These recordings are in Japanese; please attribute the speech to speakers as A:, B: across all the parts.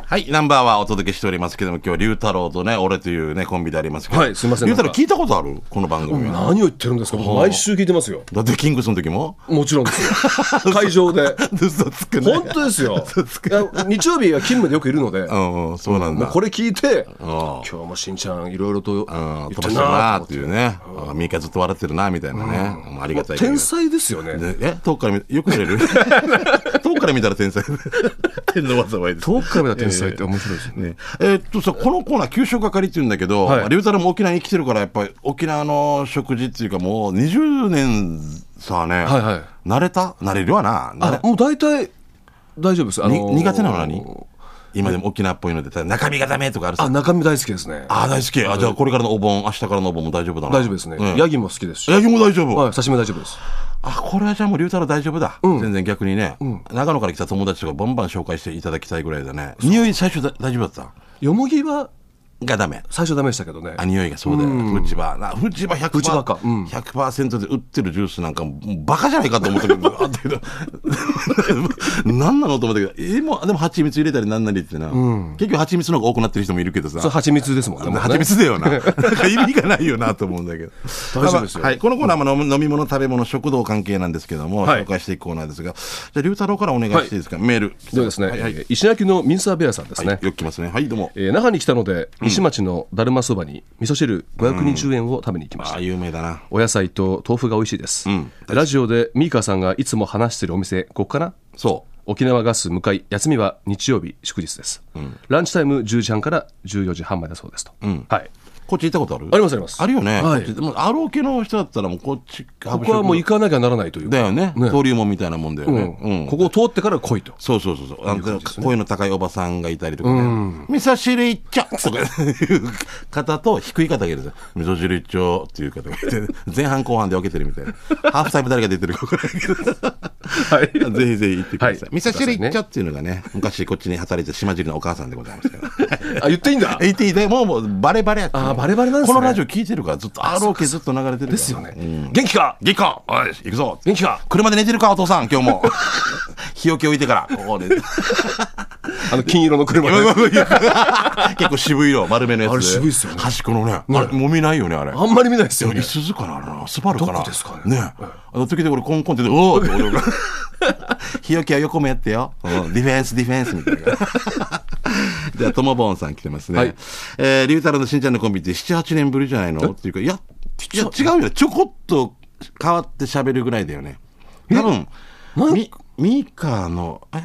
A: はい、ナンバーはお届けしておりますけども、今日、龍太郎とね、俺というね、コンビでありますけど。
B: はいすいません
A: 龍太
B: な
A: 郎
B: んか
A: 聞いたことあるこの番組は。
B: 何を言ってるんですか僕毎週聞いてますよ
A: だってキングスの時 も
B: もちろんですよ会 場で
A: 嘘つくね。
B: 本当ですよいや日曜日は勤務でよくいるので
A: うんうん、そうなん
B: もう
A: だ。
B: これ聞いて今日もしんちゃんいろいろと言
A: うん
B: っ
A: 飛ばして
B: てる
A: る
B: な
A: なー
B: と思
A: っていうね。あミカずっと笑ってるな、みたいなね。うんありがた
B: っ
A: い
B: て
A: けど
B: 天才ですよね
A: でえ遠くから見、よく見れ る遠くから見たら天才。天の災いです。
B: 遠くから見た天才って面白いですね
A: ね、えーっとさこのコーナー給食係って言うんだけど、
B: はい
A: 龍太郎も沖縄に来てるからやっぱり沖縄の食事っていうかもう20年さね、
B: はいはい
A: 慣れた慣れるわな慣
B: あ
A: れ
B: もう大体大丈夫ですあ
A: に
B: のー
A: 苦手なの何今でも沖縄っぽいのでただ中身がダメとかあるさ
B: あ中身大好きですね
A: あー大好きあじゃあこれからのお盆明日からのお盆も大丈夫だな
B: 大丈夫ですね
A: うん
B: ヤギも好きですし
A: ヤギも大丈夫、
B: はい刺身大丈夫です
A: あこれはじゃあもう龍太郎大丈夫だ、全然逆にね、長野から来た友達とかバンバン紹介していただきたいぐらいだね匂い最初だ大丈夫だった
B: よもぎは
A: がダメ
B: 最初ダメでしたけどね
A: あ匂いがそうだよ、フチバなフチバ100%
B: フチバかうん
A: 100%で売ってるジュースなんかもうバカじゃないかと思ったけどあったけど 何なのと思ったけどえもうでも蜂蜜入れたりなんなりってな、結局蜂蜜の方が多くなってる人もいるけどさ
B: それ蜂蜜ですもんねもうね
A: 蜂蜜だよ な。なんか意味がないよなと思うんだけど。
B: 大丈夫ですよ
A: まあはい。このコーナーも飲み飲み物、食べ物、食堂関係なんですけども、
B: はい
A: 紹介していくコーナーですが、じゃあ、龍太郎からお願いしていいですか、メール。
B: そうですね、
A: はい、はい。
B: えー石垣のミンサーベアさんですね、
A: はいよく来ますね。はい、どうも。
B: えー那覇に来たので石町のだるまそばに味噌汁520円を食べに行きまし
A: あ
B: た、
A: あ、有名だな。
B: お野菜と豆腐が美味しいです、ラジオでミーカーさんがいつも話してるお店ここかな
A: そう。
B: 沖縄ガス向かい休みは日曜日祝日です、ランチタイム10時半から14時半までだそうですと、はい
A: こっち行ったことある
B: ありますあります
A: あるよね。
B: はい
A: こっちでも、アロー系の人だったらもうこっち、
B: こ
A: こ
B: こはもう行かなきゃならないという
A: だよね。登竜門みたいなもんだよ
B: う
A: ね
B: ん。
A: うん。
B: ここを通ってから来いと
A: そうそうそうそう。あの、声の高いおばさんがいたりとかね。味噌汁いっちょとかいう方と低い方がいるんですよ。味噌汁いっちょっていう方がいて、前半後半で分けてるみたい な。ハーフタイム誰が出てるか分からないけど。ぜひぜひ行ってください。
B: はい
A: 味噌汁いっちょっていうのがね、昔こっちに働いてた島尻のお母さんでございますから。
B: あ言っていいんだ
A: 言っていいねもうもうバレバレやって
B: あーバレバレなんですね
A: このラジオ聞いてるから、ずっと、あろうけずっと流れてるから。
B: ですよね、元気か
A: ギカおい、行くぞ
B: 元気か
A: 車で寝てるかお父さん、今日 も。日よけ置いてから、ここで。
B: あの金色の 車で
A: 結構渋い色、丸めのやつで。
B: あれ渋いっすよね
A: 端っこのね。あれ、揉みないよね、あれ。
B: あんまり見ないですよ
A: い
B: ね
A: すずかなあれな、スバルかな。
B: どこですかね
A: ねえ。あの時で俺コンコンって言って、おおって俺が。日よけは横もやってよ。うんディフェンス、ディフェンスみたいな。じゃあ、ともぼんさん来てますね。
B: はい
A: えー、りゅうたろうのしんちゃんのコンビって7、8年ぶりじゃないのっていうか、いや、いや違うよね。ちょこっと変わって喋るぐらいだよね。多分、
B: なん
A: み、ミカの、え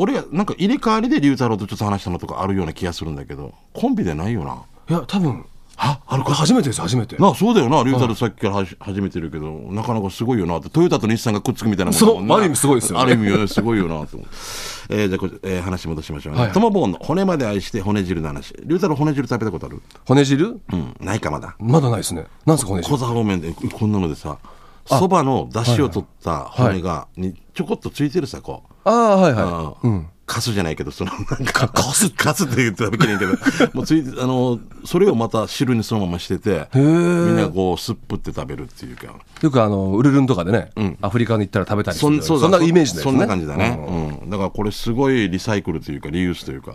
A: 俺がなんか入れ替わりで龍太郎とちょっと話したのとかあるような気がするんだけどコンビでないよない
B: や多分
A: ああるか
B: 初めてです初めて
A: なあそうだよな龍太郎さっきからはじ始めてるけどなかなかすごいよなってトヨタと日産がくっつくみたいなもんだもんな
B: そうある意味すごいですよね
A: ある意味よねすごいよなと思う、 えーじゃあこ、えー話戻しましょうね、
B: はい
A: トモボーンの骨まで愛して骨汁の話龍太郎骨汁食べたことある
B: 骨汁
A: うんないかまだ
B: まだないですねなんですか骨
A: 小
B: 汁
A: 座方面でこんなのでさそばの出汁を取った骨が、にちょこっとついてるさこう
B: ああはいは
A: うん、カスじゃないけど、その、なんか、カスカスって言ってたらいけないけど、 もうつい、あの、それをまた汁にそのまましてて、みんなこう、すっぷって食べるっていうか、
B: いよくあのウルルンとかでね、アフリカに行ったら食べたりす
A: そん
B: る
A: そう
B: そんなイメージです
A: そ
B: ね
A: んな感じだね、うんだからこれすごいリサイクルというかリユースというか、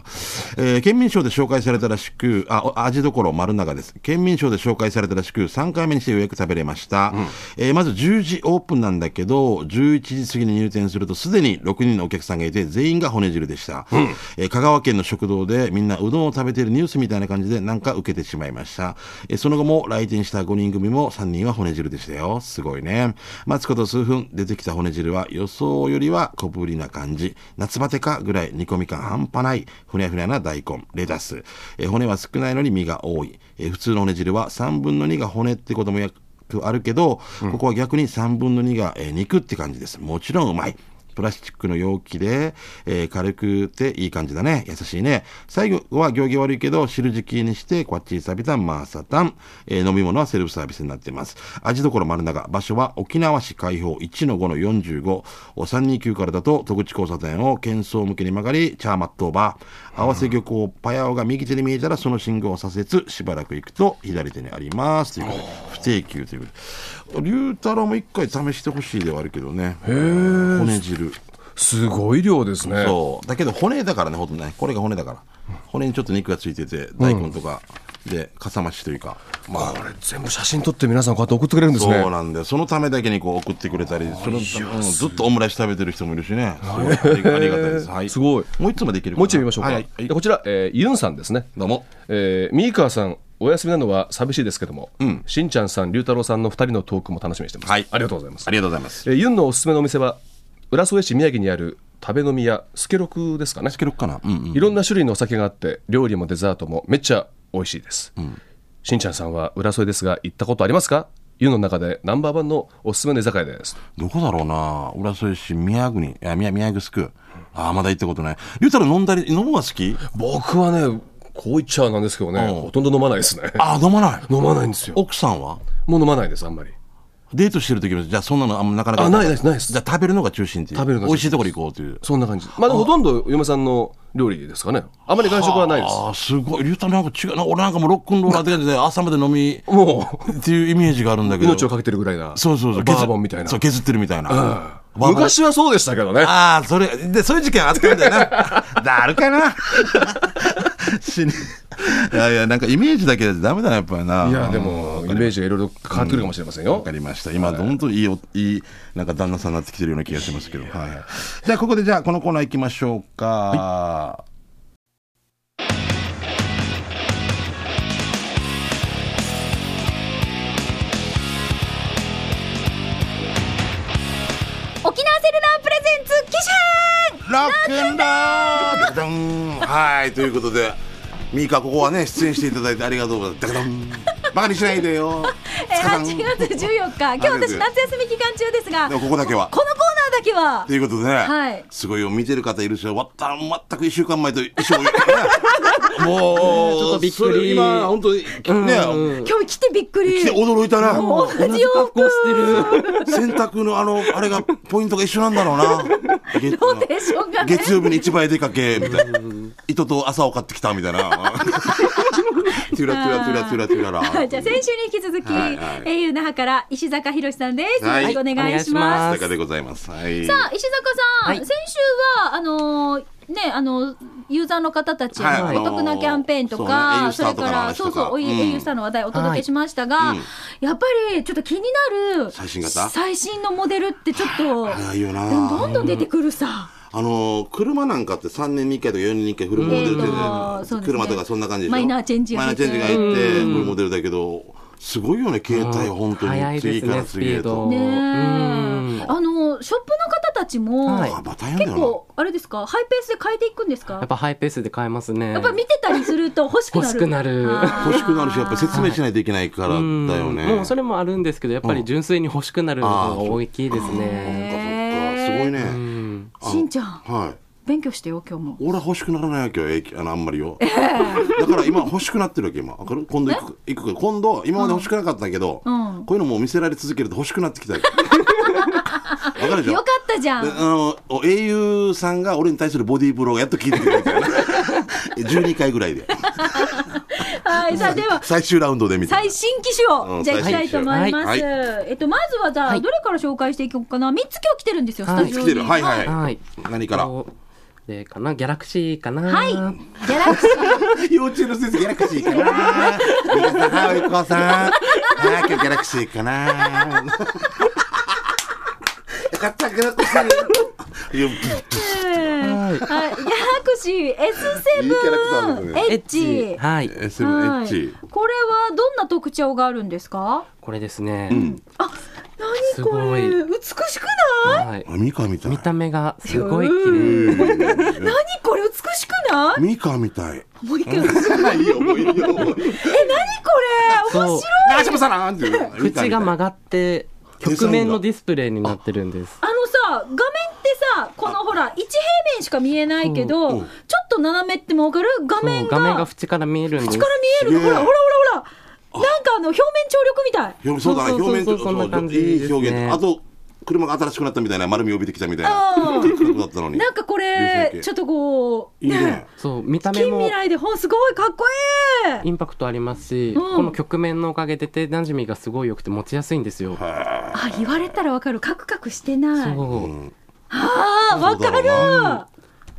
A: えー県民賞で紹介されたらしくあお味どころ丸永です県民賞で紹介されたらしく3回目にしてようやく食べれました、えーまず10時オープンなんだけど11時過ぎに入店するとすでに6人のお客さんがいて全員が骨汁でした、えー香川県の食堂でみんなうどんを食べているニュースみたいな感じでなんか受けてしまいました、えーその後も来店した5人組も3人は骨汁でしたよすごいね待つこと数分出てきた骨汁は予想よりは小ぶりな感じ夏バテかぐらい煮込み感半端ないふにゃふにゃな大根レタス、えー骨は少ないのに身が多い、えー普通の骨汁は3分の2が骨ってこともやあるけど、ここは逆に3分の2が、えー肉って感じですもちろんうまいプラスチックの容器で、えー軽くていい感じだね。優しいね。最後は行儀悪いけど、汁敷きにして、こっちサビタン、マーサタン、えー飲み物はセルフサービスになっています。味どころ丸長。場所は沖縄市開放1-5-45、329からだと、戸口交差点を喧騒向けに曲がり、チャーマットーバー。合わせ漁港、パヤオが右手に見えたら、その信号を左折、しばらく行くと、左手にあります。ということで、不定休ということで。龍太郎も一回試してほしいではあるけどね。へ骨汁。
B: すごい量ですね。
A: そうだけど骨だからねほとんどねこれが骨だから骨にちょっと肉がついてて大根とかでかさ増しというか、まあ
B: これ全部写真撮って皆さんこうやって送ってくれるんですね。
A: そうなんでそのためだけにこう送ってくれたりそのうんずっとオムライス食べてる人もいるしねすごいありありがたいです、はい、
B: すごい
A: もう一つまでいけるかな
B: もう一度見ましょうか。
A: はいはいはい
B: でこちら、えーユンさんですね。
A: どうも
B: えー、三川さん、お休みなのは寂しいですけども、しんちゃんさん、龍太郎さんの2人のトークも楽しみにしてます。
A: はい
B: ありがとうございます
A: あ。りがとうございます
B: えーユンのおすすめのお店は、浦添市宮城にある食べ飲み屋、スケロクですかね。
A: つけろっかなうんうん
B: いろんな種類のお酒があって、料理もデザートもめっちゃ美味しいです。しんちゃんさんは浦添ですが、行ったことありますかユンの中でナンバーワンのおすすめの居酒屋です。
A: どこだろうな浦添市宮国いや宮宮城区ああまだ行ったことない龍太郎飲んだり飲むのが好き
B: 僕はね、こう言っちゃなんですけどね、ほとんど飲まないですね。
A: ああ飲まない
B: 飲まないんですよ。
A: 奥さんは
B: もう飲まないです、あんまり。
A: デートしてる時もじゃあそんなのあんまなかなか
B: あないですないです
A: じゃあ食べるのが中心っていう
B: 食べるのが
A: 美
B: 中心
A: 味しいところ行こうという
B: そんな感じ。まあ、でもほとんど嫁さんの料理ですかね。あまり外食はないです。
A: ああすごい龍太郎なんか違うな俺なんかもうロックンローラーって感 じで朝まで飲み
B: もう、
A: っていうイメージがあるんだけど
B: 命をかけてるぐらいな。
A: そうそうそう
B: バーボンみたいな
A: そう。削ってるみたいな、バーボン
B: 昔はそうでしたけどね。
A: ああ、それ、で、そういう事件あったんだよな。だるかな。 死ね。いやいや、なんかイメージだけじゃダメだな、やっぱりな。
B: いや、でも、イメージがいろいろ変わってくるかもしれません
A: わ
B: よ
A: か。りました。今、本当にいいお、いい、なんか旦那さんになってきてるような気がしますけど。はい。じゃあ、ここで、じゃあ、このコーナー行きましょうか。
C: 沖縄セルラープレゼンツキシャーン
A: ロックンロールダカダンはい、ということで、ミカ、ここはね、出演していただいてありがとうございます。ダカダンバカにしないでよ。
C: え
A: ダカダン
C: ー、8月14日、今日私、夏休み期間中ですが、
A: でもここだけは
C: このコーナーだけは
A: と、いうことでね、
C: はい
A: すごいよ、見てる方いるし、わった、全く一週間前と一緒もう、
D: ちょっとびっく
A: そ
D: り
A: れ今、本当に、ね、
C: 今日来てびっくり、
A: 来て驚いたな。
C: 同じ洋
D: 格
C: 服、
D: 好してる。
A: 洗濯のあの、あれが、ポイントが一緒なんだろう な。月
C: ローテーションがね、
A: 月曜日に市場へ出かけ、みたいな。糸と朝を買ってきた、みたい な。トゥラトゥラトゥラトゥラトゥララ。
C: はいじゃあ先週に引き続き、
A: はいはい
C: 英雄那覇から石坂宏さんです、
A: はい
C: よろしくお願いします。
A: 坂でございます。はい。
C: さあ石坂さん、
D: はい
C: 先週はあのーねあのユーザーの方たち
A: はい
C: のお得なキャンペーンと
A: あのー
C: か、
A: そうね au スター
C: れ
A: とか
C: か
A: の
C: ら
A: 話
C: そ
A: とか
C: うそうお
A: うん
C: au スターの話題をお届けしましたが、
A: い
C: やっぱりちょっと気になる
A: 最新型
C: 最新のモデルってちょっと
A: ないよな
C: でもどんどん出てくるさ、
A: あのー車なんかって3年に1回とか4年に1回フルモデルでね、
C: えーとそうですね
A: 車とかそんな感じでしょ
C: マイナーチェンジが
A: マイナ
C: 入
A: ー
C: っ
A: チェンジ
C: て
A: が入ってフルモデルだけどすごいよね携帯は本当に
D: 早いですね
A: 次から次へと
D: ス
C: ね
D: ピード
C: えあのショップの方たちも、
D: はい
A: あまたやんだよ
C: 結
A: な
C: 構あれですかハイペースで変えていくんですか
D: やっぱハイペースで買えますね。
C: やっぱ見てたりすると欲しくなる
D: 欲しくなる
C: あー
A: 欲しくなるしやっぱ説明しないといけないからだ
D: うん
A: よね
D: もうそれもあるんですけど、やっぱり純粋に欲しくなるのが大きいです
A: そっ
D: ね。
A: かそっかすごいね、
D: うん
A: あ
C: しんちゃん
A: はい
C: 勉強してよ今日も
A: 俺は欲しくならないわけよえいあのあんまりよ、だから今欲しくなってるわけ今わかる今度行く行くから今度今まで欲しくなかったけど、
C: うん
A: こういうのもう見せられ続けると欲しくなってきたわけ わかるでしょ
C: よかったじゃん
A: であのお英雄さんが俺に対するボディーブローがやっと聞いてくれたよね 12回ぐらいで
C: はい、さあ、では、
A: 最終ラウンドでみたい
C: 最
A: な
C: 新機種
A: う
C: を、
A: ん
C: じゃあ、行きたいと思いま
A: 最
C: す。
A: 新
C: えっと、まずは、じゃ
D: は
C: あ、
D: い
C: どれから紹介していこうかな。三つ今日来てるんですよ、ス
D: はい
C: タジオに。
A: 来てるはいはい
C: は
D: はい。
A: 何から
D: こうでかなギャラクシーかな。
C: い。ギャラクシ ー。
A: 幼稚園の先生ギャラクシーかな皆さんはいお子さんあー今日ギャラクシーか な買ったギャラクシーいや
C: はい、ギャラクシー
A: いいキャラクターですね
C: S7H。
D: はい。
A: SM エッチ
C: はいこれはどんな特徴があるんですか
D: これですね。す
C: 何こ
D: ごい
C: れ美しくない
D: はい。
A: あミカみたい
D: 見た目がすごい綺麗。
A: うん
C: 何これ美しくな
A: ミカみたい
C: いもう一回美しく
A: いいよもういいよもういいよ
C: え、何これ
D: そう。
A: 長嶋さんっていう
D: 口が曲がって
A: デザインが
D: 曲面のディスプレイになってるんです。
C: あのさ、画面ってさ、このほら、1平面しか見えないけど、
A: うん
C: ちょっと斜めってもわかる画
D: そ
C: 面
D: う
C: が。
D: 画面が
C: 口
D: 縁から見えるんです
C: か。ら見えるの。
A: すげ
C: ほ
A: え
C: らほらほらほら。なんかあの、表面張力みたい。
A: 表そうだな
D: そうそうそう
A: 表面
D: そうそんな感じですね
A: いい表現あと車が新しくなったみたいな丸みを帯びてきたみたいな
C: う
A: 車だったのに
C: ん。なんかこ
A: 流星
C: れ、
A: 系
C: ちょっとこう、
A: いいね
D: そう見た目
C: 近
D: も
C: 未来で、ほん、すごいかっこい
D: イ
C: い。
D: ンパクトありますし、
C: うん
D: この局面のおかげで手なじみがすごい良くて持ちやすいんですよ。
C: あ、言われたらわかる。カクカクしてない。
D: そう、
A: ん
C: ああわかる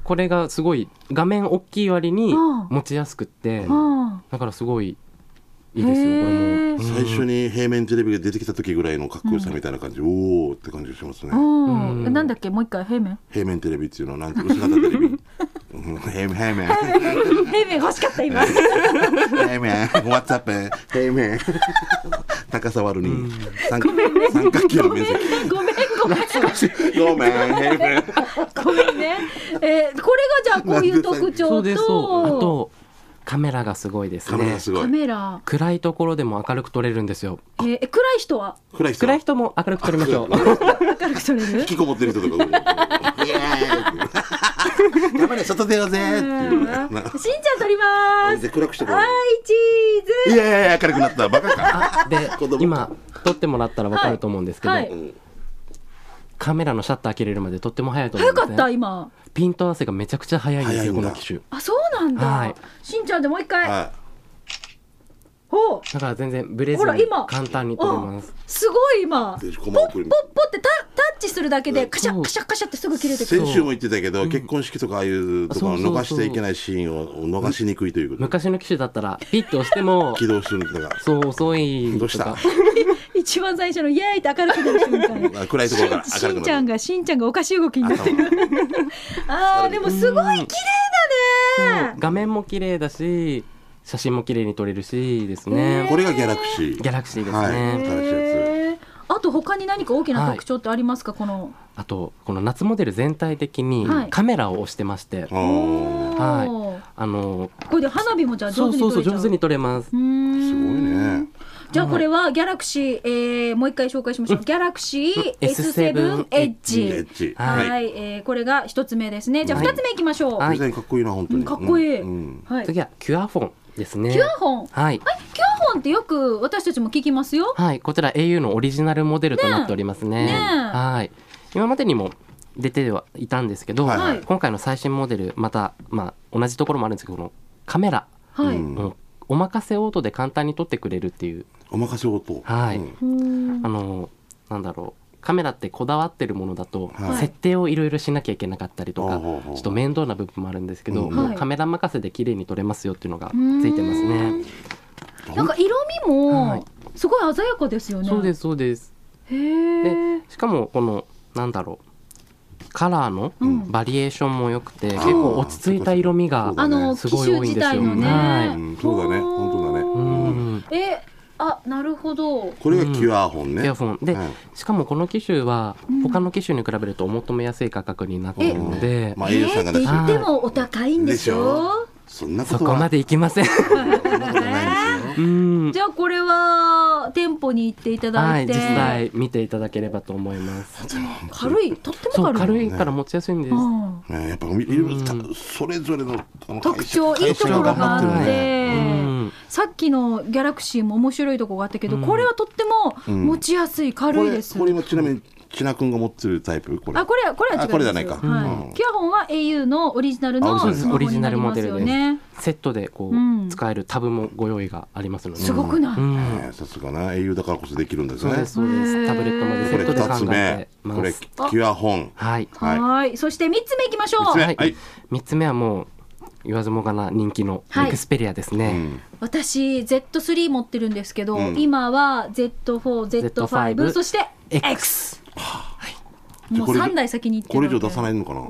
D: これがすごい画面大きい割に
C: うん
D: 持ちやすくって
C: うん
D: だからすごいいいですよこれも
C: へー
A: 最初に平面テレビが出てきた時ぐらいのかっこよさみたいな感じ、おおって感じがしますね、
C: うん
D: ん
C: えなんだっけもう一回平面
A: 平面テレビっていうのはなんて薄型テレビ うん平面平面
C: 平面欲しかった今
A: 平面 WhatsApp 平面高さ割るに三三角形の面積
C: ごめんごめん
A: ごめん平面
C: ごめんねえーこれがじゃあこういう特
D: そ
C: 徴
D: うですそうあ
C: と
D: とカメラがすごいです
A: カメラ
D: ね
A: がすご
C: カ
A: い
C: メラ
D: 暗いところでも明るく撮れるんですよ
C: えーえ暗い人は
A: 暗い人
D: 暗い人も明るく撮りましょう
C: 明るく撮れる
A: 引きこもってる人とかうんイエーイやっぱり外出ようぜっていうねな
C: しんちゃん撮りま
A: です暗くしてこ
C: はいチー
A: う
C: ズ
A: いやいやいや明るくなったバカか
D: あで
A: 子供
D: 今撮ってもらったら分かると思うんですけど、
C: はいは
D: カメラのシャッター切れるまでとっても早いと思う
C: 早
D: んで
C: か
D: す、
C: っ
D: ね、
C: た今
D: ピント合わせがめちゃくちゃ早いんです
A: 早いん
D: よ
A: だ
D: この機種
C: あそうなんだ、
D: はい
C: しんちゃんでもう一回、
A: は
C: ほう
D: だから全然ブレず
C: ほら
D: に
C: 今
D: 簡単に撮れます
C: すごい今
A: い
C: ポ
A: で
C: ッ
A: コマ送り
C: ポッポってタタッチするだけでカシャカシャカシャってすぐ切れてくる
A: 先週も言ってたけど、結婚式とかああいうとか
D: そうそうそう
A: 逃していけないシーンを逃しにくいということ
D: 昔の機種だったらピッと押し ても
A: 起動するのが
D: そう遅い
A: どうした
D: とか
C: 一番最初のイエーイって明るくなる瞬間
A: あ 暗いところ から
C: し
A: 明る
C: ん
A: く
C: ちゃ
A: なんる
C: がしんちゃんがおかしい動きになってるあーでもすごい綺麗だね
D: 画面も綺麗だし写真も綺麗に撮れるしです
C: ね
D: ね
A: これがギャラクシー
D: ギャラクシーですね
A: はい、新しいや
C: へーあと他に何か大きな特徴ってありますか、この
D: あとこの夏モデル全体的に
C: はい
D: カメラを押してまして、
A: つおー
C: おー
D: はあの
C: これで花火もじゃあ上
D: そう
C: 手に
D: そう
C: 撮
D: そ
C: れ
D: う
C: ちゃう
D: 上手に撮れます
C: うーん
A: すごいね
C: じゃあこれはギャラクシー、えーもう一回紹介しましょう。ギャラクシー S7
D: S7
C: エッ
A: エ
C: ジ
A: ッ。ジ
C: はい、
A: はい
C: えーこれが一つ目ですね。じゃあ
D: はい
C: 二つ目いきましょう。は
D: は
C: いい。
A: デザインかっこいいな本当
C: うん
A: に
C: かっこいい
A: うん
D: 次はキュアフォンですね
C: キュアホン。
D: はい
C: はい、キュアホンってよく私たちも聞きますよ。
D: はい、こちら au のオリジナルモデルとなっておりますね。
C: ねえねえ
D: はい、今までにも出てはいたんですけど、
A: はい
C: はい
D: 今回の最新モデルまた、まあ、同じところもあるんですけどこのカメラ、
C: はい。
A: うん
D: もうお任せオートで簡単に撮ってくれるっていう、
A: お任せ音
D: はい
A: うん
C: うーん
D: あのなんだろうカメラってこだわってるものだと、
A: はい
D: 設定をいろいろしなきゃいけなかったりと
A: ほ
D: か、
A: うほうほう
D: ちょっと面倒な部分もあるんですけど、
A: うん
D: も
C: は
D: う
C: い
D: カメラ任せで綺麗に撮れますよっていうのがついてます
C: うー
D: ね。
C: んなんか色味
D: は
C: も
D: い
C: すごい鮮やかですよね。。
D: そうですすそうです
C: へえ。
D: しかもこのなんだろうカラーの
C: うん
D: バリエーションも良くて、結構落ち着いた色味が
A: そうだ
C: あ
A: ね
C: の
D: す
C: 機
D: ごい
C: 種
D: 多いん
C: 自
D: です
C: 体
D: よ
C: のね。
D: はい
A: うんそうだね本当だね
D: う
C: ね。
D: ん
C: え、あ、なるほど。
A: これがキュアホンね
D: イヤフォンで、
A: はい
D: しかもこの機種は
C: うん
D: 他の機種に比べるとお求めやすい価格になっているので、
A: まあ
C: え
A: au さん
C: ー
A: が
C: って
A: 出してる
C: 言ってもお高いんでしょ。
A: そんなこ
D: そ
A: と
D: こま
A: は
D: でいきま せん
A: そんなことないですよ
D: うん
C: じゃあこれは店舗に行っていただ
D: はいい
C: て、
D: 実際見ていただければと思います
C: 軽いとって
D: そ
C: も
D: う
C: 軽い
D: 軽いから持ちやすいんです、
C: うん
A: ねやっぱいろいろたそれぞれのあの
C: 特徴いいところがあ
A: 会社
C: っ
A: 頑張るね
C: て、
D: うん
C: さっきのギャラクシーも面白いとこがあったけど、
D: うん
C: これはとっても
A: うん
C: 持ちやすい、
A: こ
C: 軽い
A: れ
C: です
A: これもちなみに千奈君が持ってるタイプこれ
C: あこれはこれは違いま
A: あ
C: す
A: これじゃないか
C: は
A: うん
C: い、キュアホンは au のオリジナルの
A: あそうです
C: スマホになりますよ
D: オリジナ
C: ね
D: セットでこう、
C: うん
D: 使えるタブもご用意がありますので、
C: すごくない、
D: うん
A: ねさすがな au だからこそできるんです
D: そう
A: ね
D: ですそうで
C: へー
D: すタブレットまでセ
A: これ
D: ットで考
A: 二つ
D: えて
A: 目
D: ま
A: これ
D: す
A: キュアホン
D: はい
A: はい
C: はいそして三つ目いきましょう
A: 三つ目はい
D: はい3つ目はもう言わずもがな人気の
C: はい
D: エクスペリアですね、
A: うん
C: 私 Z3 持ってるんですけど、
A: うん
C: 今は Z4Z5
D: Z5
C: そして
D: X
A: じゃ
C: も
A: あ
C: う
A: これ以上
C: 3台先に行って
A: これ以上出さないいのかな
C: い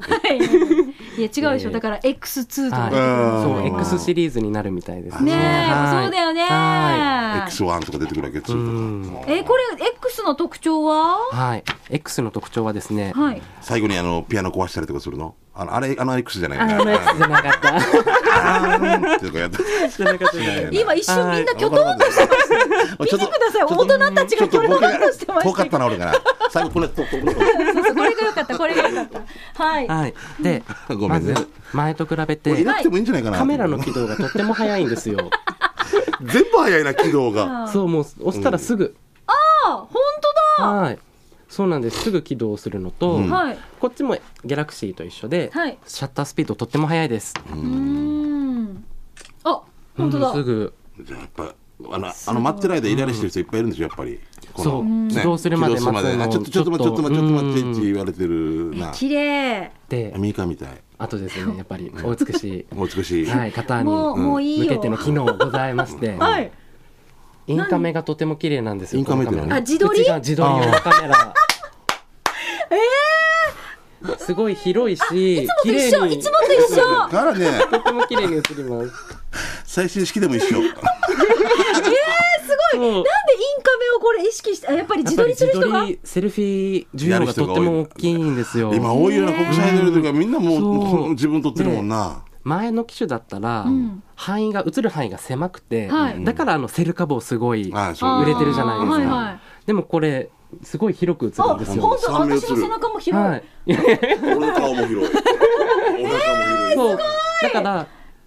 C: や違うでしょ、だから X2 とか出てくる
A: あ
D: そ
A: ー
D: う X シリーズになるみたいです
C: ねえ、
D: はい
C: そうだよね、
D: は
A: X1 とか出てくるわけ2
D: うん
A: とか
C: えこれ X の特徴は
D: はい X の特徴はですね、
C: はい
A: 最後にあのピアノ壊したりとかするのあのあれあの X じゃない
D: あの X じゃなかった
A: あーんってとかやった
C: 今一瞬みんなきょとんとしてました見
A: ちょ
C: て
A: っ
C: く
A: と
C: ださい大人た
A: ち
C: ち
A: ょ
C: が
A: っ
C: き
A: と
C: ょとん
A: 僕
C: と
A: が
C: してま
A: 遠
C: し
A: か
C: た
A: っ
C: けど
A: たな俺から最後これとこれ
C: そうそうこれが良かったこれが良かったはい、
D: はいで
A: ごめ
D: ま
A: んね
D: ず前と比べ
A: もうい
D: て
A: なくてもいいんじゃないかな
D: カメラの起動がとっても早いんですよ
A: 全部早いな軌道が
C: あ
D: そうもう押したらすぐ、
C: あ本
D: はいそうなんですすぐ起動するのと、
A: うん
C: 当だはい
D: こっちもギャラクシーと一緒で、
C: はい
D: シャッタースピードとっても速いです。
C: うーんあ本当だ、
D: うんすぐ
A: じゃあやっぱあのあの待ってる間イライラしてる人いっぱいいるんですよやっぱりこ
D: そう
A: の
D: 起動するまで
A: 起動
D: 待つの
A: あちょっとちょっと待ってちょっと待ってちょっと待って
D: う
A: ちょっと待っ
D: ん
A: てって言われてるな
C: 綺麗
D: で
A: ミカみたい
D: あとですねやっぱりお美し
A: お美し
D: い、
A: い、
D: はい、方に
C: もう、もういい
D: 向け
C: よ
D: ての機能ございまして、
C: はい
D: インカメがとても綺麗なんですよ
A: インカメって
D: このカメラ
A: 何
C: あ自撮り
D: うちが自撮り用のカメラええすごい広いし綺
C: 一
D: 麗
C: 緒
D: に
C: いつもと一 緒
A: だからね
D: とても綺麗に映ります
A: 最新式でも一緒
C: なんでイ
D: そう
C: ンカメをこれ意識してあやっぱり自撮りする人
D: やっ
C: が
D: ぱり自撮りセルフィー需要がとっても大きいんですよ
A: 今多いような国際アイドルとかみんなもう
D: そう
A: 自分撮ってるもんな、
D: 前の機種だったら、
C: ん
D: 範囲が映る範囲が狭くて、
C: はい
D: だからあのセルカ棒すごい
A: ああそう
D: 売れてるじゃないですか、
C: あーはいはい
D: でもこれすごい広く映
C: あ
D: るんですよ
C: 本当
A: 三名映る
C: 私の背中も広い、
D: はい
A: 俺の顔も広い俺の顔も広い、
D: そうだから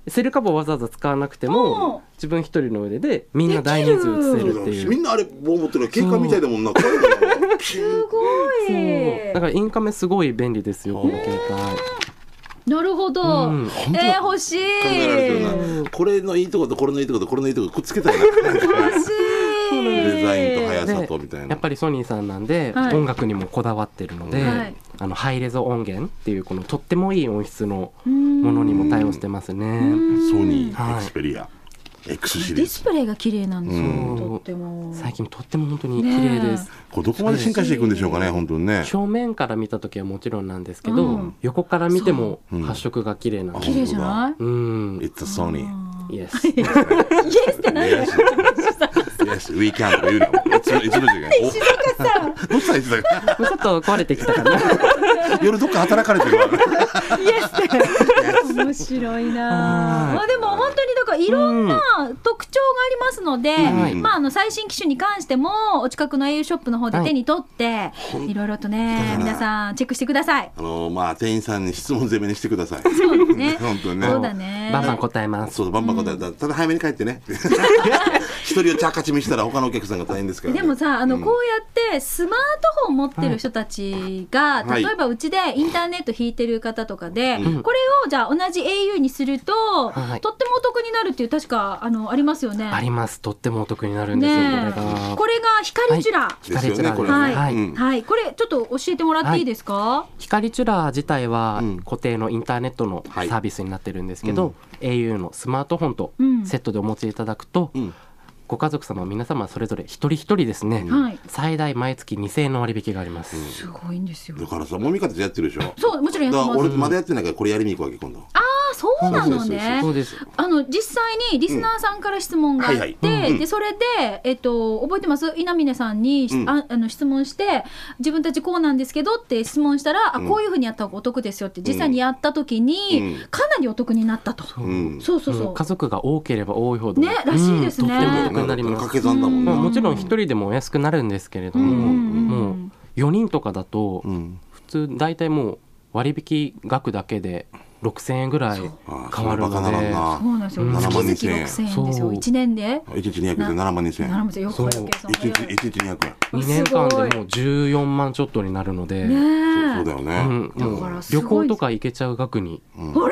D: セルカ棒わざわざ使わなくて
C: うん
D: も自分一人の腕でみんな大人数映せるっていう
A: みんなあれ棒持ってるの警官みたいだもんなこれだから
C: すごい
D: そうだからインカメすごい便利ですよこの携
C: なるほど、
D: うん
C: えー、欲しい
A: 考えられてるなこれのいいとことこれのいいとことこれのいいとこくっつけたいな
C: 欲しい
A: デザインと速
D: 帯
A: さとみたい
D: や
A: な
D: っぱりソニーさんなんで、
C: はい
D: 音楽にもこだわってるので、
C: はい
D: あのハイレゾ音源っていうこのとってもいい音質のも
C: も
D: のにも対応してますね
A: ソニー
D: は
A: エ
D: い
A: クスペリア X シリ
C: デ
A: ー
C: ィ
A: ズ
C: スプレイが綺麗なんですよ、
D: うん
C: とっても
D: 最近とっても本当に綺麗です、
C: ね
A: これどこまで進化していくんでしょうかね本当にね
D: 正面から見た時はもちろんなんですけど、
C: うん
D: 横から見ても
A: そう
D: 発色が綺麗なんです
C: 綺麗じゃない
D: うん、
A: It's a Sony
D: イエス
C: イエスって何
A: Yes Yes We can とか言うなもんいつのいつの時 間おどうしたいつだか
D: もうちょっと壊れてきたかな
A: 夜どっか働かれてるわ
C: イエスって面白いなあ
D: はい
C: まあでも本当にだからいろんな特徴がありますので、
D: はい
C: まああの最新機種に関してもお近くの au ショップの方で手に取って、い、ろいろとね皆さんチェックしてください
A: あのまあ店員さんに質問攻めにしてください
C: そうですね
A: 本当にね
C: そうだね
D: バンバン答えます
A: そうバンバン答えたただ早めに帰って ね一人をちゃかちみしたら他のお客さんが大変ですからね
C: でもさあの、
A: うん
C: こうやってスマートフォン持ってる人たちが、
A: はい
C: 例えばうちでインターネット引いてる方とかで、
A: うん
C: これをじゃあ同じ au にすると、
D: はい
C: とってもお得になるっていう確かあのありますよね。
D: ありますとってもお得になるんですよ、
C: ね
D: これが
C: えこれが光チュラ、
A: ですよねこれ
C: はい
D: は
A: ね
D: い
A: うん
C: はい、これちょっと教えてもらっていいですか。
D: 光チュラー自体は
A: うん
D: 固定のインターネットのサ
A: はい
D: ービスになってるんですけど、au のスマートフォンと
C: うん
D: セットでお持ちいただくと、
A: うん
D: ご家族様皆様それぞれ一人一人ですね、
C: はい
D: 最大毎月2000円の割引があります、
C: すごいんですよ
A: だ。からさもみかってやってるでしょ
C: そうもちろんや
A: だ
C: っ
A: か
C: て
A: ら俺
C: ます。
A: まだやってないからこれやりに行くわけ今度
C: あそうなのね
D: そ。うです
C: あの実際にリスナーさんから質問があって、
A: うんはいはいうん
C: でそれで、えっと、覚えてます稲峰さんに、
A: うん
C: ああの質問して自分たちこうなんですけどって質問したら、あこういうふうにやった方がお得ですよって実際にやった時に、
A: うん
C: かなりお得になったと、
A: うん
C: そうそうそう、
D: ん家族が多ければ多いほど
C: ねらしいですね
D: う
A: だ
D: んとってもお得になり
A: から
D: ま
A: 掛
D: す、
A: け算だもん
D: まあ、
A: な
D: もちろん一人でもお安くなるんですけれど
C: うん
D: も、
C: うんう
D: も
C: ん
D: う4人とかだと
A: うん
D: 普通大体もう割引額だけで6000円ぐらい変
A: あ
D: わ
A: そ
D: る
A: んなバカな
D: の
A: らん
D: で
A: な
C: そうなんですよ、
D: うん
C: 月々
A: 7万
C: 6000円です
D: そ
C: よ
D: う
C: 1年で
A: 一日二百で七万二千
C: 7
A: 円
C: 万ですよよく
D: そう
C: 早計算
A: 一
C: 早
A: 日
C: い
A: 一日二百円
D: 2年間でもう14万ちょっとになるので、
A: そう
C: ね
A: だ
C: え
A: よ
D: う
A: ね
D: ん、も
C: だから
D: う
C: すごい
D: 旅行とか行けちゃう額に
A: うん
C: ほ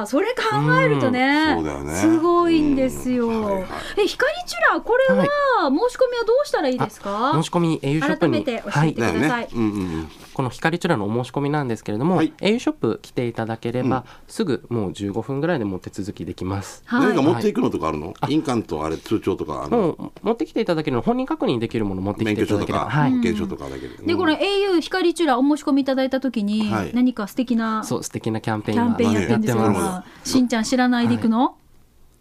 C: らそれ考えるとね,、
A: うんそうだよね
C: すごいんですよ、
A: うんはいはい
C: え光チュラこれは、
D: は
C: 申し込みはどうしたらいいですか
D: 申し込み au ショップ
C: 改め
D: に
C: て教
D: は
C: え
D: い
C: てくだ
A: だ
C: さい、
A: よねうんうんうん
D: この光チュラのお申し込みなんですけれども、
A: はい
D: au ショップ来ていただければ、すぐもう15分ぐらいでもう手続きできます。
C: はい
A: 何か持っていくのとかあるの印鑑とあれ通帳とかあ
D: も
A: の
D: う持ってきていただけるの本人確認できるもの持ってき
A: 免
D: て
A: 許証と
D: いただければ、
A: か
D: はい
A: 保険証とかだけで
C: でこの au 光チュラお申し込みいただいたときに、
A: はい
C: 何か素敵な
D: そう素敵なキャンペ
C: キ
D: ーン
C: ャンペーンやってるんですよ、
A: 何
D: ま
A: やって
C: 今しんちゃん知らないでいくの、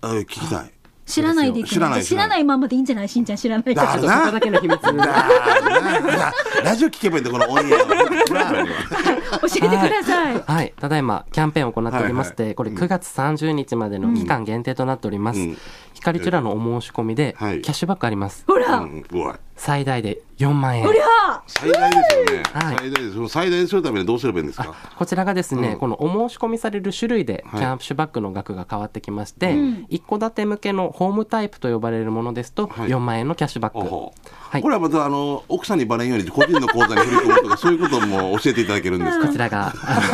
A: あ聞きたい
C: 知らないでいくの
A: 知らない
C: 知らないままでいいんじゃないしんちゃん知らないから
A: だ
D: すちょっとそこだけの秘密
A: あーななラジオ聞けばいいんだこのオンエア
C: 教えてください、
D: はい、ただいまキャンペーンを行っておりまして、
A: はいはい
D: これ9月30日までの期間限定となっております、
A: うん
D: 光チュラのお申し込みでキ
A: は
D: ャ
A: い
D: ッシュバックあります、
C: ほら、
A: うんうわ
D: 最大で4万円
C: ほりゃあ
A: 最大ですよね
D: はい
A: 最大ですその最大にするためにどうすればいいんですか
D: こちらがですね、
A: うん
D: このお申し込みされる種類で
A: は
D: キ
A: い
D: ャンシュバックの額が変わってきまして、
C: ん
D: 一戸建て向けのホームタイプと呼ばれるものですと、
A: はい
D: 4万円のキャッシュバッ
A: お
D: ク、
A: ほ
D: はい、
A: こ
D: こ
A: れはまたあの奥さんにバレんように個人の口座に振り込むとかそういうことも教えていただけるんですか
D: ち らが
C: えっ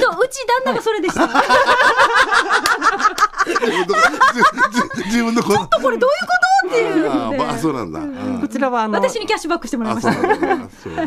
C: とうち旦那がそれでした、
A: 自分の口座
C: これどういうことっていう
A: あーばそうなんだ。うん
D: こちらはあの
C: 私にキャッシュバックしてもらい
A: あ、
C: まし
A: そう
C: た。
A: なんだ。そうね。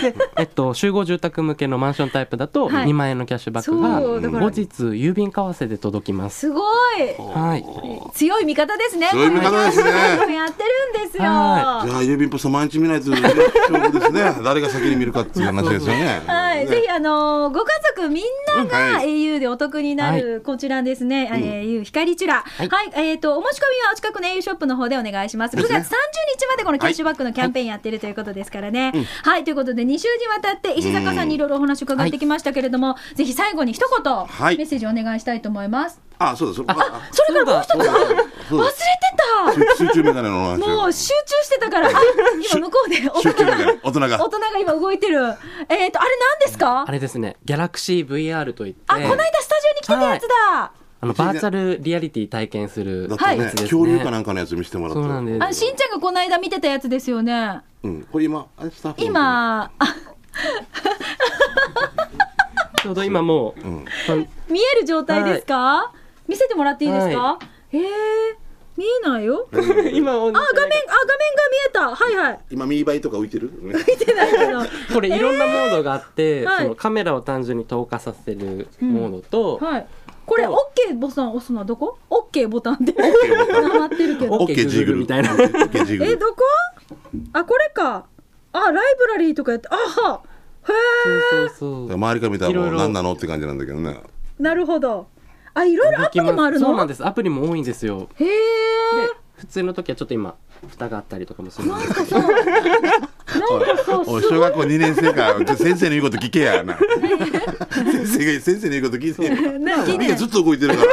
D: で、えっと、集合住宅向けのマンションタイプだと
C: はい
D: 2万円のキャッシュバックが
C: そうだから
D: 後日郵便為替で届きます。
C: すごい。
D: はい、
C: 強い味方ですね。
A: 強い味方ですね
C: この企画やってるんですよ。
D: は
A: じゃあ郵便ポスト毎日見ないと勝負ですね。誰が先に見るかっていう話ですよね。
C: はい、ぜひあのーご家族みんな
A: うん
C: が
A: はい
C: au でお得になるこちらですね、au 光チュラ、はい、えっ、とお申し込みはお近くの au ショップの方でお願いします。9
A: です
C: 月
A: ね
C: 30日までこのキャッシュバックのキャンペーンやってるということですからね。はい、ということで2週にわたって石坂さんにいろいろお話伺ってきましたけれども、ぜひ最後に一言、
A: はい
C: メッセージお願いしたいと思います。
A: あ、そうだ、それ。あ、
C: それから もう一つ
A: そうだそう
C: 忘れ
A: だ
C: てた。
A: 集中メ ガネの話。
C: もう集中して たから、あ今向こうで大
A: 集
C: 人
A: 中メガ
C: が
A: ネ、大人が。
C: 大人が今動いてる。えっ、とあれ何ですか
D: あ？れですね、ギャラクシー VR といって、
C: あ、この間スタジオに来てたやつだ。
D: あのバーチャルリアリティ体験する
A: だっ
C: は
A: た
C: い
A: ね
D: やつですね。
A: 恐竜かなんかのやつ見せてもらった
D: そうなんです。
C: あ、しんちゃんがこの間見てたやつですよね。
A: うん、これ今、あれスタッフの
C: 今、あ、
D: ちょうど今もう、こん
C: 見える状態ですか？見せてもらっていいですか
D: は？
C: へえ、見えないよ。あ、画面、
D: 今お
C: あ、画面が見えた。はいはい。
A: 今、ミーバイとか浮いてる
C: 見てないけど。
D: これいろんなモードがあって、
C: はい
D: そのカメラを単純に投下させるモードと、
C: はい。これオッケーボタン押すのはどこ？オッケーボタンで。 なまってるけど。
A: オッケージグル
D: みたいな
A: オッケージグ
C: え、
A: ル
C: どこ？あ、これか。あ、ライブラリーとかやって。あは。へえ。
D: そうそうそう。
A: 周りから見たらも
D: いろ
A: う
D: いろ
A: 何なのって感じなんだけどね
C: なるほど。あ、いろいろアプリもあるの。
D: そうなんです。アプリも多いんですよ。
C: へえ。
D: 普通の時はちょっと今蓋があったりとかもするんですけど
A: おいおい小学校2年生か先生の言うこと聞け やな先生が先生の言うこと聞いてや
C: ね、聞いて
A: いやずっと動いてるから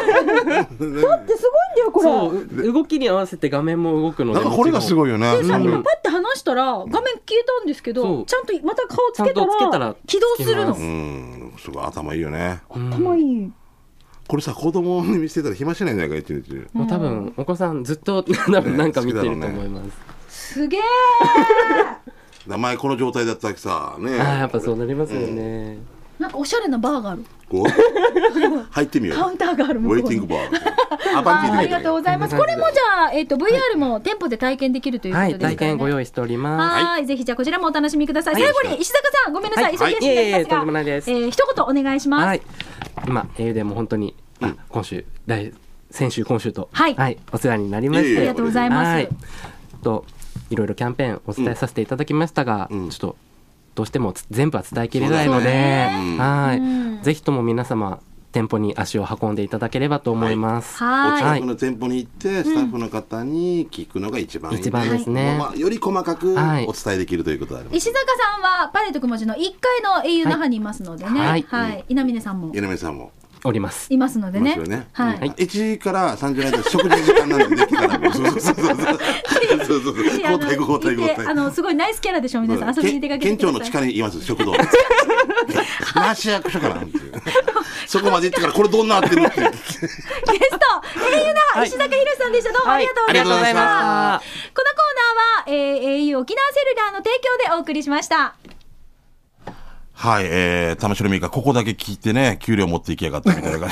C: すごいんだよこれ
D: そうう動きに合わせて画面も動くので
A: なんかこれがす
D: い
A: ごいよね
C: さっき
A: う
C: も
A: ん
C: パッて離したら画面消えたんですけ
D: そ
C: ど
D: う
C: ちゃんとまた顔つけ
D: ちゃ
C: た
D: んとつけ
C: ら
D: たら
C: 起動するの
D: つ
A: う
D: け
A: んすごい頭いいよね
C: 頭いい
A: これさ子供に見せてたら暇しないんじゃないか一日
D: もう多分お子さんずっと多分なんか見てると思います、
C: すげえ
A: 名前この状態だったらさね
D: ああやっぱそうなりますよね、
C: なんかおしゃれなバーがある
A: こう 入ってみよう
C: カウンターがある
A: ウ
C: 向
A: ェイ
C: こう
A: ティン
C: に
A: グバーア
C: あ
A: バンティ
C: ー
A: ー
C: あ
A: で
C: りがとうございます。
D: こ
C: こ
D: ん
C: れ
D: な感じで
C: もじゃあ、えっ、と、VR も店舗で体験できるというこ
D: は
C: と
D: い
C: です
D: 体
C: からね。
D: 験ご用意しております
C: はーい、ぜひじゃあこちらもお楽しみください。最後に石坂さん、ごめんなさい、
A: はい
C: 忙しいで
D: はいいえいえ
C: す
D: と
C: が、
D: んでもないです
C: えー一言お願いします。
D: はい今 au でも本当に、あ今週来先週今週と
C: はい
D: お世話になりまし
A: いえい
D: て
A: え
C: ありがとうございます。
D: はい、といろいろキャンペーンお伝えさせていただきましたが、
A: うん
D: ちょっとどうしてもつ全部は伝えきれないの
A: そうだ
D: で、
C: ね
D: はい、
C: うん
D: ぜひとも皆様店舗に足を運んでいただければと思います。
A: お
C: は
A: 近
C: ーい。
A: くの店舗に行ってスタッフの方に聞くのが一番いいね
D: 一番ですね
A: まあより細かくお
D: はい
A: 伝えできるということであります
C: 石坂さんはパレットくもじの1階の au 那覇にいますのでね、は
D: はいい
C: 稲峰さんも
A: 柳目さんも
D: おります。
C: いますので
A: いま
C: ね
A: すよね
C: はい、
A: うん1時から30分で食事時間なんでできたらそうそうそう そうそうそうそう
C: ぜ
A: 交
C: ひあの
A: 代交代
C: 行
A: 交
C: って
A: 代
C: あのすごいナイスキャラでしょ皆さん遊びに出かけて
A: 県
C: く
A: 庁の
C: ださい
A: 地下にいます食 堂那市役所からそこまで行ってからこれどんなってるっていう
C: ゲスト au 那覇石坂宏さんでしたどうもありがとうござ
A: はいあ
C: いました、
A: りがとうございました
C: このコーナーは、えー au 沖縄セルラーの提供でお送りしました
A: はい、えー、玉城ミカ、ここだけ聞いてね、給料持っていきやがってみたいな感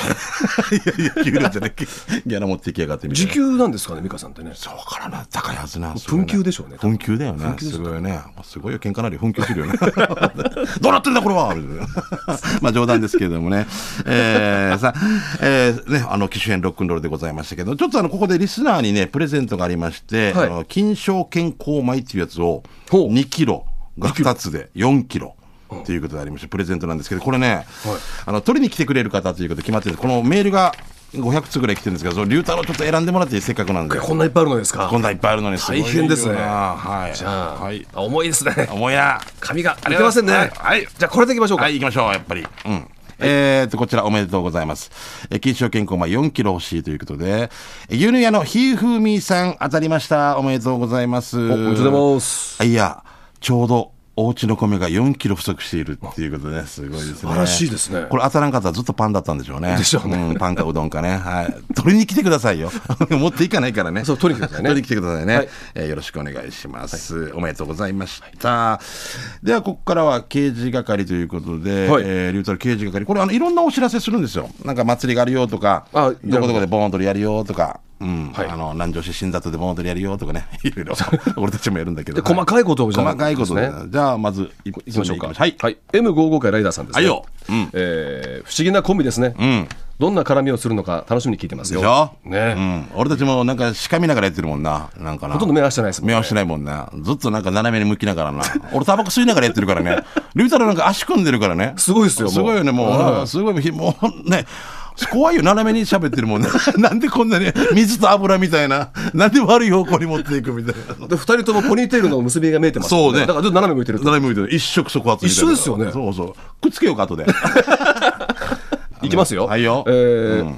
A: じ。いやいや、給料じゃなくて、ギャラ持っていきやがってみたい
B: 時
A: な。
B: 給なんですかね美香さんってね
A: そうからな、高いはずな。
B: 分給でしょうね
A: 分給だよね。すごいよね。もうすごいよ、喧嘩なり分給するよね。 どうなってんだ、これはみたいな まあ冗談ですけれどもね。え ー、さあ、えー、ね、あの、機種編ロックンロールでございましたけど、ちょっとあの、ここでリスナーにね、プレゼントがありまして、
B: はい
A: あの、金賞健康米っていうやつを、
B: ほう
A: 2キロが2つで4キロ。ということでありまして、プレゼントなんですけど、これね、あの、取りに来てくれる方ということで決まってるんですこのメールが500通ぐらい来てるんですけど、その龍太郎ちょっと選んでもらっていいせっかくなんで。
B: こんないっぱいあるのですか
A: こんなんいっぱいあるのにすごい
B: 大変ですね
A: よなはい。
B: じゃあ、
A: はい。
B: あ重いですね
A: 重いな。
B: 髪がありませんね
A: はい
B: はいじゃあこれでいきましょうか、
A: はい、行きましょう、やっぱり。うん。えーと、こちらおめでとうございます。えー、金賞健康米4キロ欲しいということで、えー牛乳屋のひーふーみーさん当たりました。おめでとうございます。
B: おおめでとうございます
A: あいや、ちょうど、お家の米が4キロ不足しているっていうことで、ね、すごいですね。
B: 晴らしいですね
A: これ当たらんかったらずっとパンだったんでしょうね。
B: でしょうね
A: んパンかうどんかね。はい。取りに来てくださいよ。 持っていかないからね。
B: そう取りに来てくださいね
A: 取りに来てくださいね。
B: はい
A: えーよろしくお願いします、おめでとうございました。では、ここからは刑事係ということで、
B: はい
A: えー、リュウタル刑事係。これ、あの、いろんなお知らせするんですよ。なんか祭りがあるよとか、
B: あ
A: どこどこでボーンとやるよとか、うん
B: はい
A: あの南城市新里で盆踊りやるよとかね いろい ろ俺たちもやるんだけど
B: で細かいことをじゃあ
A: 細かいことで
B: です
A: じゃあまずい
B: いきましょうか。
A: はい
B: M55 回ライダーさんです、
A: は
B: ね。
A: いようん
B: えー不思議なコンビですね。
A: ん
B: どんな絡みをするのか楽しみに聞いてます
A: で
B: よ。
A: しょ
B: ね、
A: うん、俺たちもなんかしかみながらやってるもんななんかな
B: ほとんど目合わせてないですもんね
A: 目合わせてないもんなずっとなんか斜めに向きながらな俺タバコ吸いながらやってるから ね龍太郎なんか足組んでるからね
B: すごいですよもう
A: すごいよねもう、
B: はい
A: すごいもうね怖いよ斜めに喋ってるもんね なんでこんなに水と油みたいななんで悪い方向に持っていくみたいな
B: で二人ともポニーテールの結びが見えてますもん
A: そうね
B: だからちょっと斜め向いてると。
A: 斜め向いてる一触即発みたいな
B: 一緒ですよね
A: そうそうくっつけようか後で
B: いきますよ。
A: はいよ
B: えー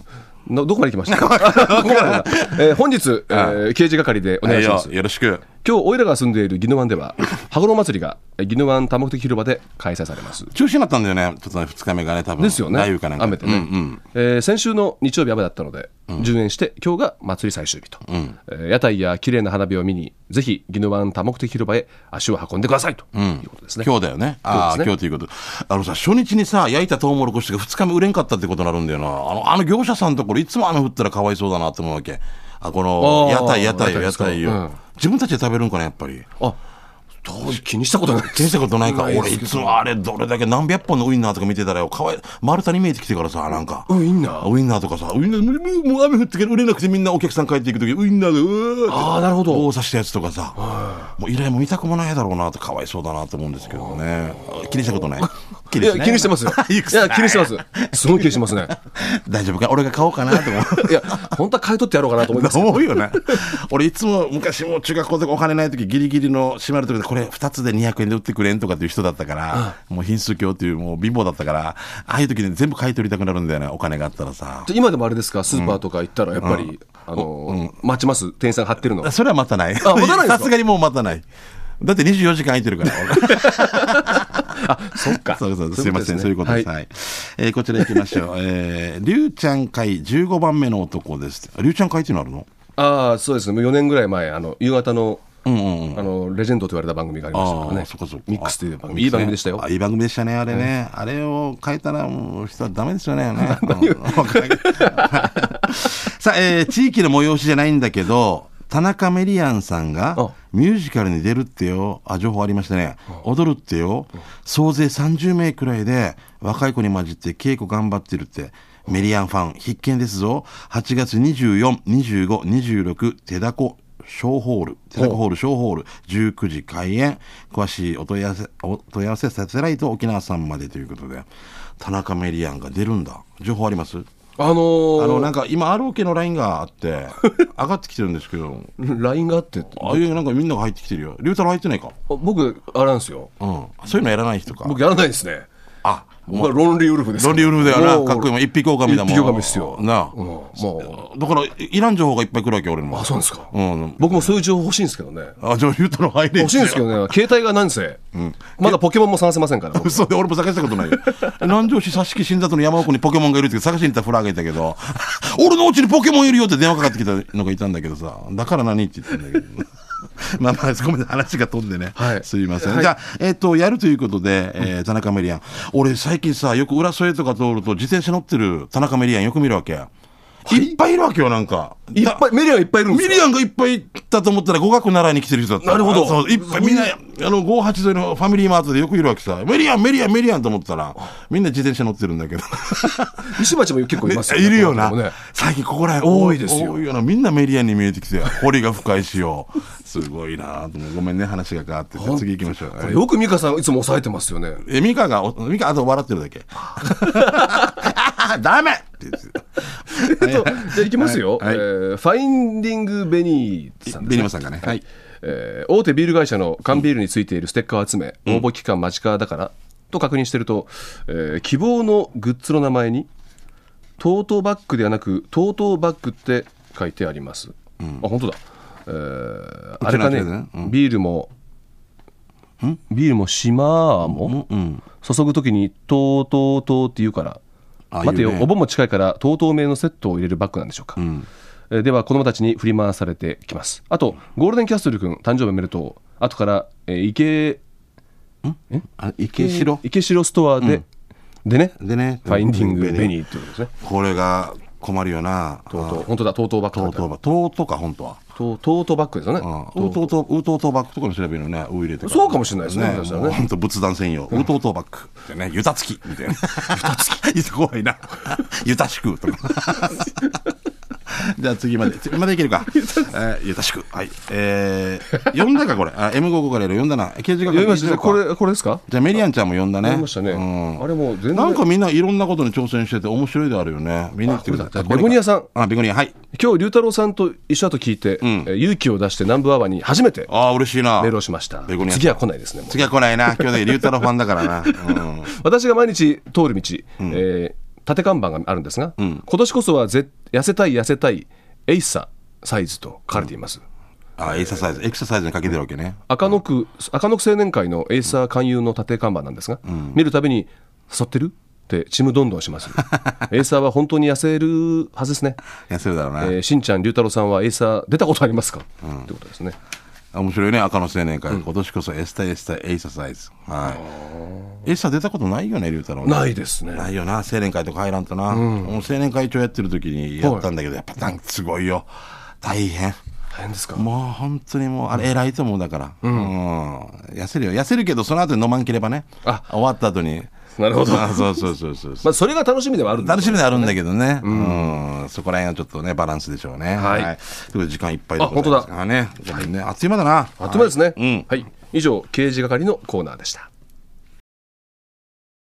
B: などこまで 行きましたここまでだ えー本日、えー、刑事係 でお願いします
A: は。よよろしく
B: 今日、オイラが住んでいる宜野湾では、羽衣祭りがえー宜野湾多目的広場で開催されます。
A: 中止になったんだよねちょっとね2日目がね多分
B: ですよね。
A: 雷雨かなんか
B: 雨でね、
A: うんうん
B: えー先週の日曜日雨だったので、順延して、今日が祭り最終日と。えー屋台や綺麗な花火を見に、ぜひ、宜野湾多目的広場へ足を運んでくださいということですね。
A: 今日だよね。ああ、
B: 今
A: 今日ということ。あのさ、初日にさ、焼いたトウモロコシが2日目売れんかったってことになるんだよな。あの、あの業者さんのところ、いつも雨降ったらかわいそうだなって思うわけ。あ、この、
B: あー
A: 屋台、屋台よ、
B: 屋台で
A: 屋
B: すか
A: 台
B: うん
A: よ。自分たちで食べるんかな、やっぱり。
B: あ、当時気にしたことない
A: 気にしたことないか。
B: です
A: 俺、いつもあれ、どれだけ何百本のウインナーとか見てたらよ、かわい、丸太に見えてきてからさ、なんか。
B: ウインナー
A: ウインナーとかさ、ウインナー、もう雨降ってけど売れなくてみんなお客さん帰っていくとき、ウインナーが、うーって
B: あーなるほど
A: 棒を刺したやつとかさ、もう依頼も見たくもないだろうなって、かわいそうだなと思うんですけど ね。気にしたことない。 気
B: いや、気にしてますよ
A: 。いく
B: い
A: つ
B: や、気にしてます。すごい気にしてますね。
A: 大丈夫か俺が買おうかなと思う。
B: いや、本当は買い取ってやろうかなと思いますけど。
A: 思うよね。俺いつも昔も中学校とかお金ない時ギリギリの閉まる時でこれ2つで200円で売ってくれんとかっていう人だったから、もう品数教っていうもう貧乏だったから、ああいう時に全部買い取りたくなるんだよね、お金があったらさ。
B: じゃあ今でもあれですか、スーパーとか行ったら、やっぱり、あの、待ちます、店員さんが貼ってるの。
A: それは待たない。
B: あ待たないんです
A: さ
B: か
A: すがにもう待たない。だって24時間空いて るから。俺
B: そっ か
A: そうそうすいません、そういうことです。
B: ね
A: はい。えーこちら行きましょう。えー、りゅうちゃん会15番目の男です。りゅうちゃん会っていうのあるの
B: ああ、そうですね、もう4年ぐらい前、あの、夕方の、
A: うんうんうん。
B: あの、レジェンドと言われた番組がありましたからね。
A: あーそっかそっか
B: ミックスという番
A: あ
B: 組。いい番組でしたよ
A: あ。いい番組でしたね、あれね。あれを変えたら、もう人はダメですよね。 ねうんわかんないさあ、えー地域の催しじゃないんだけど、田中メリアンさん
B: あ
A: がミュージカルに出るってよ。あ、情報ありましたね。踊るってよ。総勢30名くらいで若い子に混じって稽古頑張ってるって。メリアンファン必見ですぞ。8月24、25、26、手だこ小ホール、テラコホール小ホール、19時開演。詳しいお問い合わせ、お問い合わせサテライト沖縄さんまでということで、田中メリアンが出るんだ。情報あります
B: あの
A: あの、
B: ー、
A: なんか今、ROK の LINE があって、上がってきてるんですけど、
B: LINE があって、
A: ああいうなんかみんなが入ってきてるよ。龍太郎入ってないか
B: 僕、あれなんですよ。
A: うん。そういうのやらない人か。
B: 僕やらないですね。
A: あ、
B: 僕はロンリーウルフですか
A: ロ
B: ら。
A: ンリーウルフだよな。
B: もう
A: かっこいいもん。一匹狼だもん。
B: 一匹狼ですよ。
A: な
B: うんもう、
A: あ。だから、いいらん情報がいっぱい来るわけ、俺も。
B: あ、そうなんですか。
A: うん。
B: 僕もそういう情報欲しいんですけどね。
A: あ、じゃあ龍太郎入れ
B: 欲しいんですけどね、携帯がなんせ、まだポケモンも探せませんか ら。
A: 嘘で俺も探したことない よ南城市佐敷新里の山奥にポケモンがいるって探しに行ったフラーがいたけど 俺のうちにポケモンいるよって電話かかってきたのがいたんだけどさだから何って言ったんだけど まあまあごめんなさい話が飛んでね、
B: はい
A: すいません、
B: はい
A: じゃあ、えっとやるということで、えー田中メリアン俺最近さよく浦添とか通ると自転車乗ってる田中メリアンよく見るわけ、い、っぱいいるわけよなんか
B: いっぱい、メディアいっぱいいるん
A: ミ
B: です
A: リ
B: よ。
A: アンがいっぱいだと思ったら語学習いに来てる人だった。
B: なるほど
A: そう、いっぱいみんな、あの、58沿いのファミリーマートでよくいるわけさ。メリアン、メリアン、メリアンと思ったら、みんな自転車乗ってるんだけど。
B: 石町も結構いますよ、
A: いるよな
B: この辺もね。
A: 最近ここら辺
B: 多いですよ
A: 多いよな。みんなメリアンに見えてきて、堀が深いしよ。 すごいなと思うごめんね、話が変わってて。次行きましょう。
B: これよく美香さんいつも抑えてますよね。
A: え、ミカがお、ミカ、あと笑ってる だけ。ダメって言って
B: えっと、じゃあいきますよ。
A: はい
B: えーファインディングベニーさんですね
A: ベニマさんがね。はい。
B: えー大手ビール会社の缶ビールについているステッカーを集め、応募期間間近だからと確認してると、えー希望のグッズの名前に、トートバッグではなく、トートバッグって書いてあります。あ、本当だ。えーあれかね
A: こっちのやつだねうん
B: ビールも、ビールも島も、注ぐときに、とうとうとうって言うから、
A: あ
B: 待てよ、
A: 言うね
B: お盆も近いから、とうとう名のセットを入れるバッグなんでしょうか。えーでは、子供たちに振り回されてきます。あと、ゴールデンキャストル君、誕生日おめでとう。後から、えー池、
A: あ、池城
B: 池城ストアで、でね、
A: でね。
B: ファインディングベニーっていうことですね。
A: これが困るよな。
B: とうとう。
A: う。
B: 本当だ、とうとうバッグ
A: と
B: だ
A: う
B: った
A: とうば、とうとうか、本当は。
B: とうとうとうバッグですよね。
A: うん。うとうとう、うとうとうバックとかに調べるのね、う入れてら。
B: そうかもしれないですね
A: ね
B: 私はね
A: もう本当仏壇専用。うとうとうバック。でね、ゆたつき。みたいな。ゆたつき。 怖いな。ゆたしく。とか。 じゃあ次まで。次までいけるか。えーゆたしく。はい。えー、読んだか、これ。あ、M55 から読んだな。刑事係
B: 読みました
A: 以上
B: ね。
A: か
B: これ、これですか
A: じゃあメリアンちゃんも呼んだね。
B: 読みましたね。
A: うん
B: あれもう全然。
A: なんかみんないろんなことに挑戦してて面白いであるよね。みんな来てくれ
B: あこれだ
A: これか
B: ベゴニアさん
A: あ、ベゴニア、はい。
B: 今日、龍太郎さんと一緒だと聞い
A: ん
B: て、えー勇気を出して南部アワーに初めて
A: ああ、嬉しいな。
B: メールをしました。
A: ベゴニアさん
B: 次は来ないですね。もう
A: 次は来ないな。今日で龍太郎ファンだからな。うん。
B: 私が毎日通る道、えー縦看板があるんですが、今年こそはぜ痩せたい痩せたいエイササイズと書かれています、
A: あ、エクササイズ、エクササイズにかけてるわけね。
B: 赤野区赤野区青年会のエイサー勧誘の縦看板なんですが、見るたびに誘ってるってちむどんどん しますエイサーは本当に痩せるはずですね、
A: 痩せるだろう
B: え
A: な。
B: ーしんちゃん龍太郎さんはエイサー出たことありますか、ってことですね
A: 面白いね、赤の青年会。今年こそエスタエスタエイササイズ。はい。エイサ出たことないよね、龍太郎。
B: ないですね
A: ないよな、青年会とか入らんとな。もう青年会長やってる時にやったんだけど、やっぱなんかすごいよ。大変。
B: 大変ですか
A: もう本当にもう、あれ偉いと思うだから。うん。痩せるよ。痩せるけど、その後に飲まんければね。
B: あ
A: 終わった後に。
B: なるほど
A: あ そうそうそうそうそう。
B: まあ、それが楽しみではあるんです
A: 楽しみであるんだけどね。うん。そこら辺はちょっとね、バランスでしょうね。
B: はい
A: ということで時間いっぱいでございます
B: あ本当だ
A: あね。ごめんね。あっという間だな。
B: あっという間ですね、
A: うん
B: はい、以上刑事係のコーナーでした